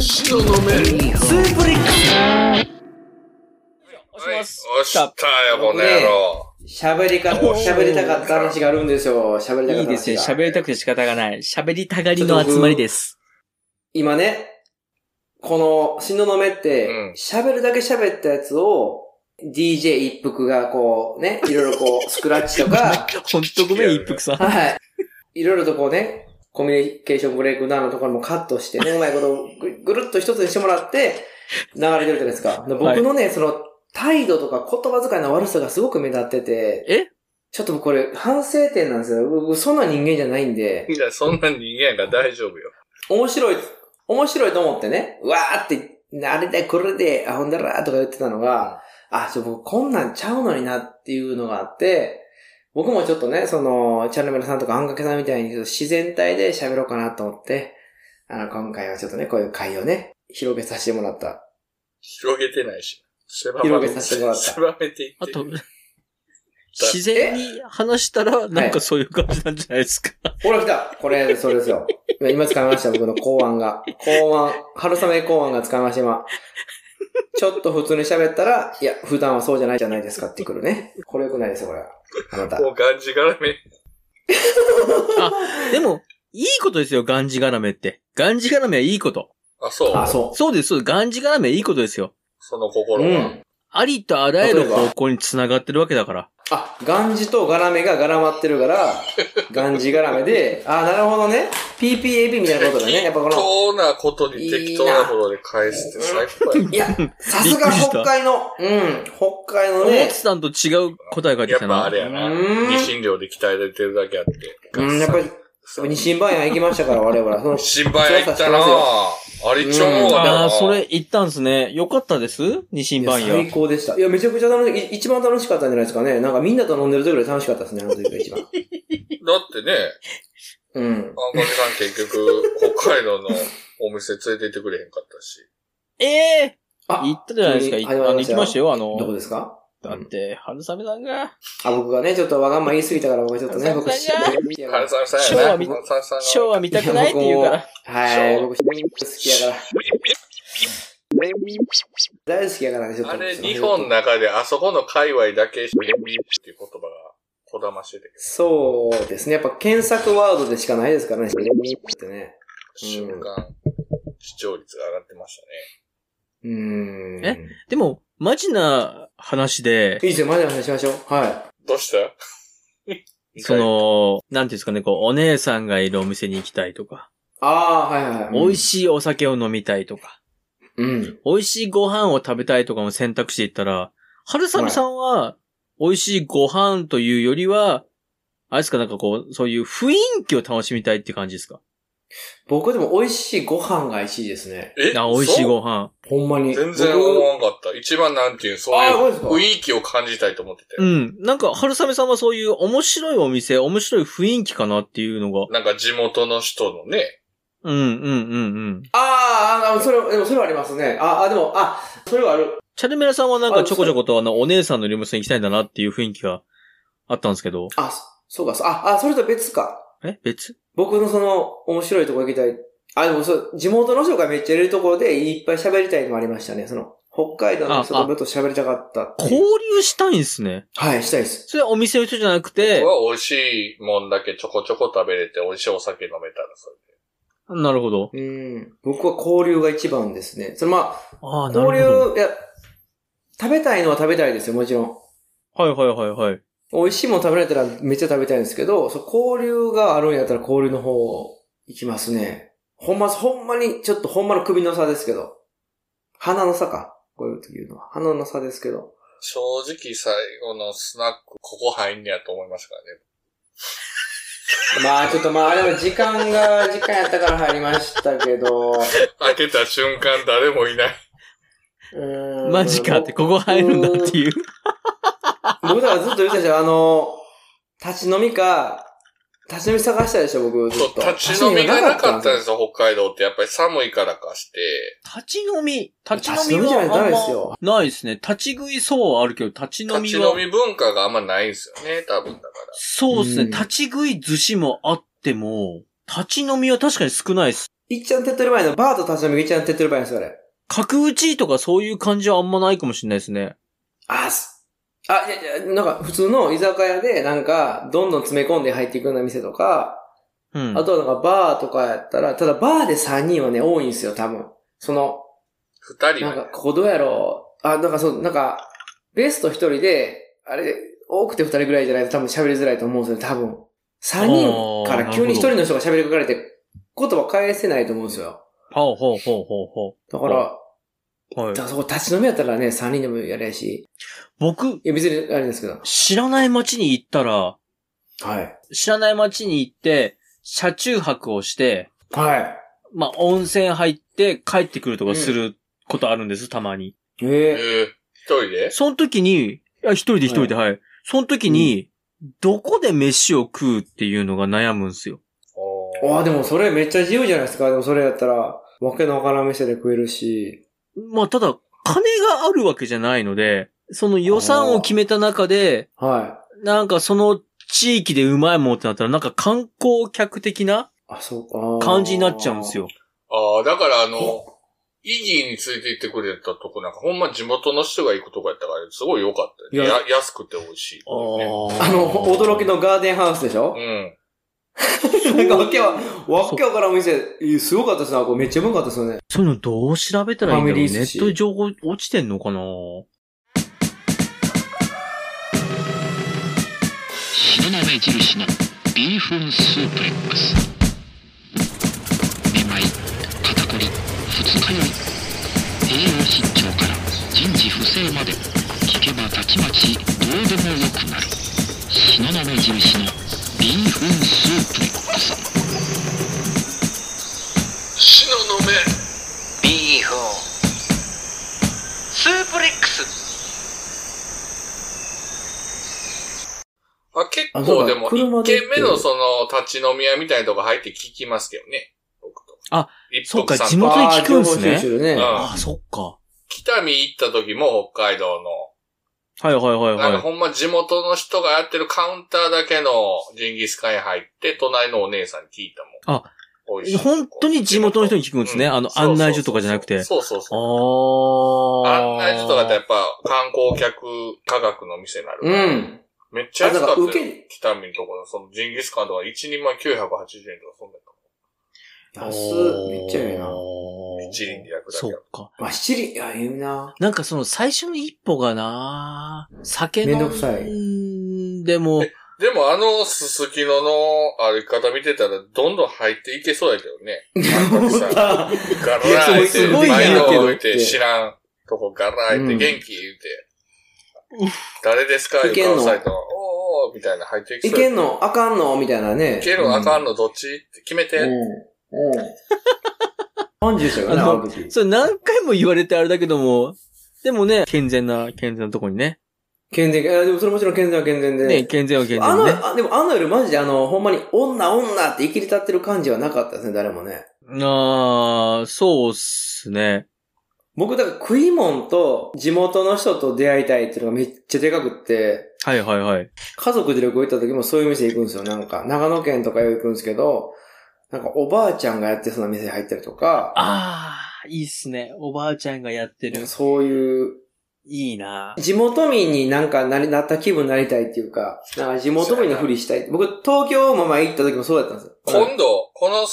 スを飲めスープリック押します。押したよ、この野郎。ス喋りか、おー喋りたかった話があるんですよ。喋りたかいっいた話が。ですね。喋りたくて仕方がない。喋りたがりの集まり です。今ね、この、しののめってうん、喋、るだけ喋ったやつを、DJ 一服がこう、ね、いろいろこう、スクラッチとか、ほんとごめん、一服さん。はい。いろいろとこうね、コミュニケーションブレイクダウンのところもカットしてね、うまいことぐぐるっと一つにしてもらって、流れてるじゃないですか。で僕のね、その、態度とか言葉遣いの悪さがすごく目立ってて、えちょっと僕これ反省点なんですよ。僕、そんな人間じゃないんで。いや、そんな人間やから大丈夫よ。面白い、面白いと思ってね、うわーって、あれでこれで、あほんだらーとか言ってたのが、あ、ちょ、僕こんなんちゃうのになっていうのがあって、僕もちょっとね、その、チャンネルさんとかあんかけさんみたいに自然体で喋ろうかなと思って、あの、今回はちょっとね、こういう会をね、広げさせてもらった。広げてないし。狭広げさせてもらった狭めていってあとる。、自然に話したら、なんかそういう感じなんじゃないですか。ほら来たこれ、そうですよ。今使いました、僕の考案が。考案、春雨考案が使いました、今。ちょっと普通に喋ったら、いや、普段はそうじゃないじゃないですかってくるね。これ良くないですよ、これは。あなた。もうがんじがらめ。 でも、いいことですよ、がんじがらめって。がんじがらめはいいこと。あ、そう。あ、そう。そうです、そうです。がんじがらめはいいことですよ。その心は。うんありとあらゆる方向に繋がってるわけだから。あ、ガンジとガラメが絡まってるから、ガンジガラメで、あ、なるほどね。PPAB みたいなことだね。やっぱこ適の、当なことに適当なことで返すって最高や。いや、さすが北海の、うん、北海の思っねて、たんと違う答えが出てやきったぱな。あれやな。うん二診療で鍛えられてるだけあって。うん、やっぱり、そう二神番屋行きましたから、我々。その心配行ったなぁ。あれちょうだあなあ、それ言ったんすね。よかったです二い神や番屋。最高でした。いや、めちゃくちゃ楽しい、い一番楽しかったんじゃないですかね。なんかみんなと飲んでる時より楽しかったですね、あの時が 一番。だってね、うん。あんかけさん結局、北海道のお店連れて行ってくれへんかったし。ええあ言ったじゃないですか。急に行ったあの行きましたよ、あどこの。ですかだって、春雨さんが、あ、僕がね、ちょっとわがまま言い過ぎたから、僕ちょっとね、僕、さすがし原沢さんショーやはな。見原沢さんがショーは見たくないって言うから。はい、僕、好きやから。大好きやからね、ちょっと。あれ、日本の中であそこの界隈だけ、っていう言葉がこだましてて、そうですね。やっぱ検索ワードでしかないですからね、ってね。瞬間、視聴率が上がってましたね。うーん。え でも、マジな話でい、いですよ、マジで話しましょう。はどうした そ、の、なんていうんですかね、こう、お姉さんがいるお店に行きたいとか、い。ああー、はいはいはい。美味い。しいお酒を飲みたいとか、うん。美味しいご飯を食べたいとかも選択肢で言ったら、春雨さんは、美味しいご飯というよりは、あれですか、なんかこう、そういう雰囲気を楽しみたいって感じですか僕でも美味しいご飯が1位ですね。えあ、美味しいそうご飯。ほんまに。全然思わんかった。一番なんていう、そうあーそういですうか雰囲気を感じたいと思ってて。うん。なんか、春雨さんはそういう面白いお店、面白い雰囲気かなっていうのが。なんか地元の人のね、うん、うん、うん、うん。あーあー、それ、でもそれはありますね。ああ、でも、あ、それはある。チャルメラさんはなんあかちょこちょことあの、お姉さんのリムスに行きたいんだなっていう雰囲気があったんですけど。あ、そそうか、そうあ、あ、それと別か。え別僕のその、面白いとこ行きたい。あ、でもそう、地元の人がめっちゃいるところでいっぱい喋りたいのもありましたね。その、北海道の人あとあもっと喋りたかったっていう交流したいんですね。はい、したいです。それはお店の人じゃなくて、は美味しいもんだけちょこちょこ食べれて、美味しいお酒飲めたらそれで。なるほど。うん。僕は交流が一番ですね。そのまああ、あ、なるほ交ど。流、いや、食べたいのは食べたいですよ、もちろん。はいはいはいはい。美味しいもの食べられたらめっちゃ食べたいんですけど、そう交流があるんやったら交流の方行きますね。ほんま、ほんまに、ちょっとほんまの首の差ですけど。鼻の差か。こういう時言うのは。鼻の差ですけど。正直最後のスナック、ここ入んねやと思いましたからね。まあ、ちょっとまあ、でも時間が、時間やったから入りましたけど。開けた瞬間誰もいない。うーんマジかって、ここ入るんだっていう。僕だからずっと言ってたじゃん、あの、立ち飲みか、立ち飲み探したでしょ、僕ずそっと。。う、立ち飲みがなかったんですすよ、北海道って。やっぱり寒いからかして。立ち飲み。立ち立ち飲み飲みじゃないとはダあメんですまよ。ないですね。立ち食いそうはあるけど、立ち飲立みちは飲。み文化があんまないんですよね、多分だかそうですね。うん立ち食い寿司もあっても、立ち飲みは確かに少ないです。いっちゃん手っ取り前の、バーと立ち飲みがいっちゃん手っ取り前ですよ、あれ。角打ちとかそういう感じはあんまないかもしれないですね。あ、すあ、いやいや、なんか普通の居酒屋で、なんか、どんどん詰め込んで入っていくような店とか、うん。あとはなんかバーとかやったら、ただバーで3人はね、多いんですよ、多分。その、二人なんはか、ね。ここどうやろう。あ、なんかそう、なんか、ベスト1人で、あれ、多くて2人ぐらいじゃないと多分喋りづらいと思うんですよ、多分。3人から急に1人の人が喋りかかれて、言葉返せないと思うんですよ。ほうほうほうほうほだから、う。はいだ。からそこ立ち飲みやったらね、3人でもやれやし。僕、いや、別にあれですけど。知らない街に行ったら、はい。知らない街に行って、車中泊をして、はまあ、温泉入って帰ってくるとかすることあるんです、たまに。い。ええええ一人でその時に、あ一人で一人で、はい、その時に、どこで飯を食うっていうのが悩むんですよ。ーああ、でもそれめっちゃ自由じゃないですか。でもそれやったら、わけのわからん店で食えるし。まあ、ただ、金があるわけじゃないので、その予算を決めた中で、は。なんかその地域でうまいもんってなったら、なんか観光客的ないあ、そうか。感じになっちゃうんです。よ。ああ、だからあの、イギーについて行ってくれたとこなんか、ほんま地元の人が行くとこやったから、すごい良かったよね、いやや安くて美味しいっていうね、あの、驚きのガーデンハウスでしょうん。なんかわけは、わけわからん店、えすごかったですね。あこれめっちゃうまかったですよね。そういうのどう調べたらいいんだろうフネァミリー寿司ット情報落ちてんのかな白鍋印のビーフンスープレックスめまい肩こり二日酔い栄養失調から人事不正まで聞けばたちまちどうでもよくなる白鍋印のビーフンスープレックス死の目ビーフンスープレックスあ、結あそう構だでも、車一で行って軒目のその、立ち飲み屋みたいなとこ入って聞きますけどね。僕と。あ、一そうか服さんと地元に聞くんすねあー情報収集でね。うんああ、そっか。北見行った時も北海道の、はいはいはいなんかはい。ほんま地元の人がやってるカウンターだけのジンギスカン屋入って、隣のお姉さんに聞いたもん。あ、美味しい。本当に地元の人に聞くんですねあの案内所とかじゃなくてそうそうそう。あ案あ。内所とかってやっぱ観光客価格の店になるから。うん。めっちゃ安かあだっからた受よけ。北見のところ、そのジンギスカンとか1人前980円とかそんなんやったもん安っ。めっちゃええな。一輪で焼くだけそっか。まあ、七輪、いや、ええな。なんかその最初の一歩がな酒め飲んどくさいんでも、でもあのすすきのの歩き方見てたらどんどん入っていけそうやけどね。思った。ガラー開いいやて、すごい前なのけど置いて、知らんとこガラー開いて、うん元気言うて。誰ですか言いうけんの顔されたら、おーおーみたいな入っていきいそうやけんのあかんのみたいなね。いけるのあかんのどっちって決めて。うん。うん。30でしたからね、ああのの時。それ何回も言われてあれだけども、でもね、健全な、健全なとこにね。健全、いやでもそれもちろん健全は健全で。ね、健全は健あ全の、にね。あでもあの夜マジであの、ほんまに女女って生きり立ってる感じはなかったですね、誰もね。ああ、そうっすね。僕、だから食いもんと地元の人と出会いたいっていうのがめっちゃでかくって、はいはいはい。家族で旅行行った時もそういう店行くんですよ、なんか。長野県とかよく行くんですけど、なんかおばあちゃんがやってそうな店入ったりとか、ああ、いいっすね。おばあちゃんがやってる。そういう、いいな地元民になんかなりなった気分になりたいっていうか、なんか地元民のふりしたい。僕、東京も前行った時もそうだったんですよ。今度、この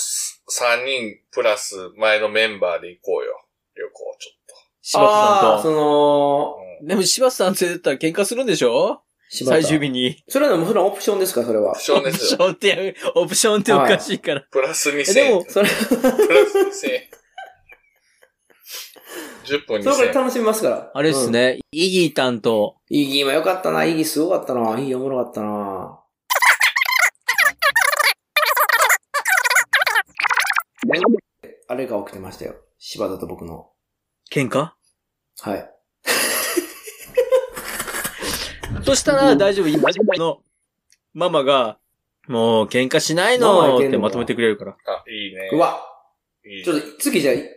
3人プラス前のメンバーで行こうよ。旅行ちょっ柴田あさあんそと。の、と。でも柴田さん連れてったら喧嘩するんでしょ柴田最終日に。それはもうそれはオプションですか、それはオプ。ションオでプすシ よ。ョンってやめ、オプションっておかしいから。プラス2000えでも、それ、プラス2000円。10分それから2000円。楽しみますから。あれっすね、イギータンと、うん。イギーも良かったな、イギーすごかったな、イギーおもろかったな。あれが起きてましたよ。柴田と僕の。喧嘩はい。そしたら大丈夫、今のママが、もう喧嘩しないママいのけっんてのかまとめてくれるから。あ、いいね。うわ、いいちょっと次じゃあ、で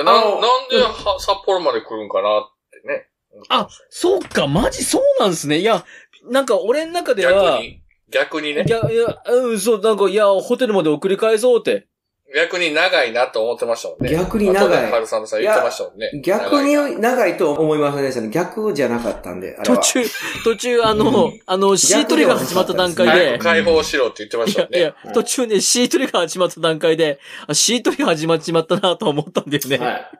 あなのなんでは札幌まで来るんかなってね。あ、そうか、マジそうなんですね。いや、なんか俺の中で逆は、に、逆にねい。や、いや、うん、そう、なんか、いや、ホテルまで送り返そうって。逆に長いなと思ってましたもんね。逆に長い後で春雨さん言ってましたもんね。逆に長いな長いと思いませんでしたね。逆じゃなかったんで、あれ途は。中、途中、あの、あの、シートリが始まった段階早でく、解放しろって言ってまいしたやもんいねや。、途中ね、シートリが始まった段階で、あシートリが始まっちまったなとは思ったんだよね。はい。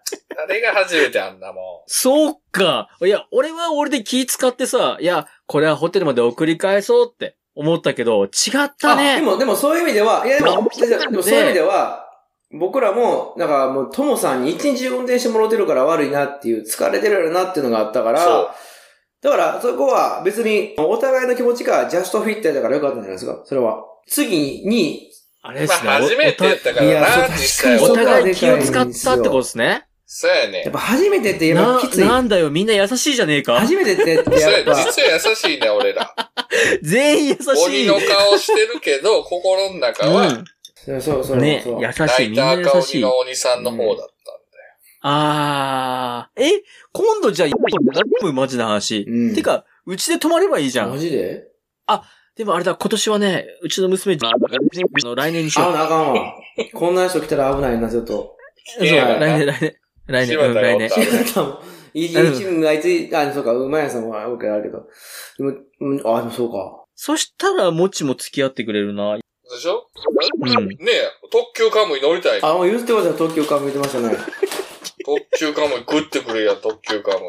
あれが初めてあんなもそうか。いや、俺は俺で気使ってさ、いや、これはホテルまで送り返そうって思ったけど、違ったあでね。も、でもそういう意味では、いやでも、そうなんだねでもそういう意味では、僕らも、なんかもう、ともさんに一日中運転してもらってるから悪いなっていう、疲れてるやろなっていうのがあったかん。そうら、。だから、そこは別に、お互いの気持ちがジャストフィットやったからよかったんじゃないですか、それは。次に、あれでますね。あ、初めてやったかいやそらうな、実際確おかおには。互い気を使ったってことですね。そうややねっ。ぱ初めてってやっなぱき、つい。なんだよ、みんな優しいじゃねえか。初めてってってそうややっぱ、実は優しいんだよ、俺ら。全員優し鬼い。。の顔してるけど、心の中は、そうそうそううんね、そう優しい、み泣いんたな赤優し鬼い。の鬼さんの方だったんだよ。あー。え、今度じゃあ、マジな話。うんてか、うちで泊まればいいじゃマん。ジででもあれだ、今年はね、うちの娘、あの来年にしよあ、う。あかんわ。こんな人来たら危ないな、ちょっと。そう、来ええ年、来年。来年、柴うん、田が来おっ年た。らねいじ、一部がいつ、あ、そうか、馬屋さんは OK あるけど。でも、うん、あ、でもそうか。そしたら、もちも付き合ってくれるな。でしょうんねえ、特急カムイ乗りたい。あ、もう言ってました、東京から見てましたね。特急カムイ食ってくれや、特急カムイ。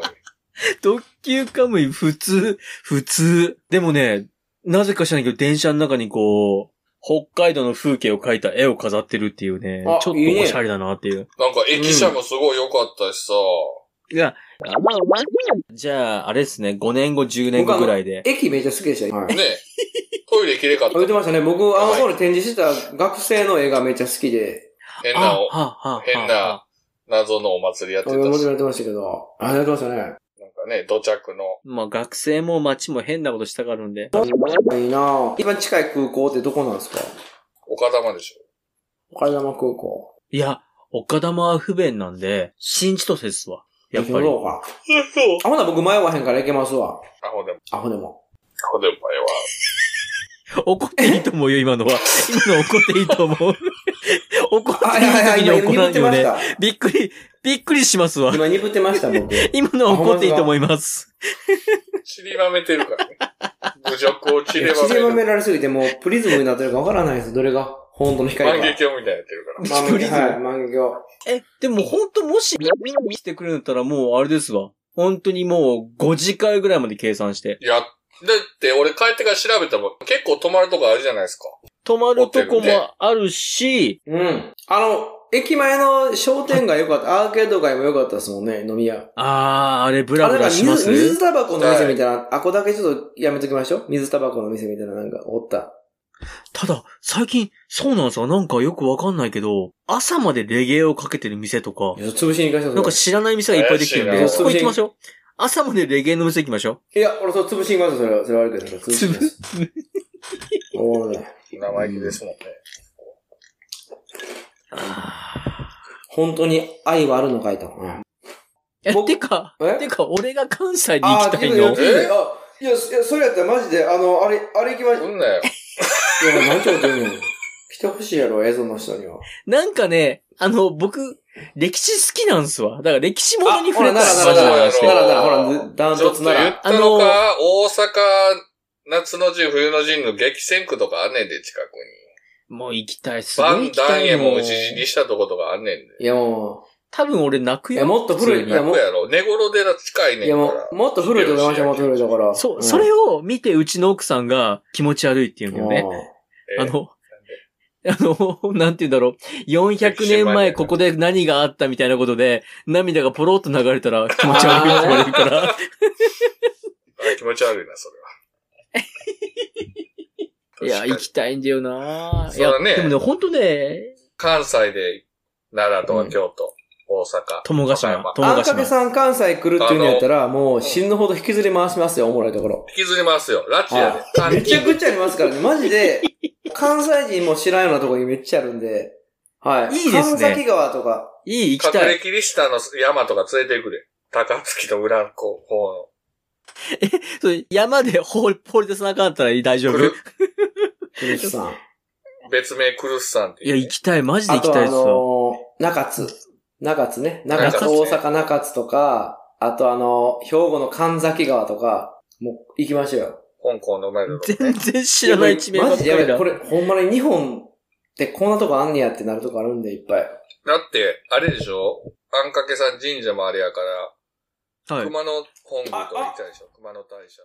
特急カムイ、普通、普通。でもね、なぜか知らないけど、電車の中にこう、北海道の風景を描いた絵を飾ってるっていうね、ちょあっとおいいねしゃれだなっていう。なんか駅舎もすごい良かったしさ。いや、まあ、まあ、じゃあ、あれですね、5年後、10年後ぐらいで。駅めっちゃ好きでしたよ。はい。ね え、トイレ綺麗かっ言ってましたね。僕、あのはい頃展示してた学生の絵がめっちゃ好きで、た。変あなおはあはあ変な謎のお祭りやってあたもちし。ろなんんやってましたけど、あ、やってましたね。かね、土着の。まあ、学生も街も変なことしたがるんで。いいなぁ一番近い空港ってどこなんですか岡玉でしょ。岡山空港。いや、岡玉は不便なんで、新千歳っすわ。やっぱり。そうか。あ、ほな僕迷わへんから行けますわ。アホでも、あ、ほでも。アホでも前は。怒っていいと思うよ、今のは。今の怒っていいと思 う。怒っあ、ていい時に怒今ら鈍んってよましね。た。びっくり、びっくりしますわ。今鈍ってました、僕。今のは怒っていいと思います。散りばめてるか らね。侮辱を散いりやばめ縮る。まめられすぎて、もうプリズムになってるかわからないです。どれが本当の光か。万華鏡みたいになってるから。まあプリズムはい、万華鏡。え、でも本当もし、みんな見てくれるんだったらもうあれですわ。本当にもう5時間ぐらいまで計算して。いや、だって俺帰ってから調べたもん。結構泊まるとこあるじゃないですか。泊まるとこもあるし、うん。あの、駅前の商店街良かった。アーケード街も良かったですもんね、飲み屋。あー、あれブあラれブなんラかします水、水タバコの店みたいな、あ、ここだけちょっとやめときましょう。水タバコの店みたいな、なんか、おった。ただ、最近、そうなんですよ。なんかよくわかんないけど、朝までレゲエをかけてる店とかい、や潰しに行かせたなんか知らない店がいっぱいできてるんで、怪しいなそこ行きましょう。朝までレゲエの店行きましょいや、俺そう、潰しに行かせたそれは、それは悪くない。潰う。しつに行ぶきます。おーね生意気ですもんね。本当に愛はあるのかいと。うんえ、僕てか、えてか、俺が関西に行あきたいーの自。分でやってるあいや、いや、それやったらマジで、あの、あれ、あれ行きましょううんなよ。いや、何ちょって言うの来てほしいやろ、映像の人には。なんかね、あの、僕、歴史好きなんすわ。だから歴史ものに触れたあらほマジらでならなら話してならなら、ほそうやらろ、ダンちょトっツとな言っら。たのか、大阪、夏の陣、冬の陣の激戦区とかあんねんで、近くに。もう行きたい、すごバい行ンきダたンいエももん打ち死にしたとことかあんねんで。いやも多分俺泣くう、いやよ。もっと古普通い、にいやも、楽やろ。寝頃寺近いうねいんかやら。もう、もっと古いと思いました、もっと古いだから。そう、んそれを見てうちの奥さんが気持ち悪いって言うんだよね。えあの、 あの、なんて言うんだろう。400年前ここで何があったみたいなことで、涙がポロッと流れたら気持ち悪いって言われるから。あ気持ち悪いな、そ いれは。や、確か行にきたいんだよな、いそうやだね、でもね、ほんとね、関西で、奈良とうかん京都、大阪。友ヶ島和歌山、友あんヶかけ島。さん関西来るっていうんやったら、もう死ぬほど引きずり回しますよ、おもろいところ。引きずりますよ。拉致やでは。監い。 めちゃ禁くちゃありますからね、マジで、関西人も知らんようなとこにめっちゃあるんで、はい。いいですね神崎川とか、いい、行き隠たれい。キリシタンの山とか連れてくれ。高槻と裏の方の。そう山で放り放り出さなかったら大丈夫来るクリスさん。別名クルスさんっていうや、ね、行きたい。マジであ行きとたあいっすよ。のー、中津。中津ね。中津、中津大ね阪中津とか、あとあのー、兵庫の神崎川とか、もう行きましょうよ。香港の前の。全然知らない地名ばマっかジりでやばい。だこ。れ、ほんまに日本ってこんなとこあんねやってなるとこあるんで、いっぱい。だって、あれでしょあんかけさん神社もあれやから、はい。熊野本宮とか行きたいでしょ熊野大社。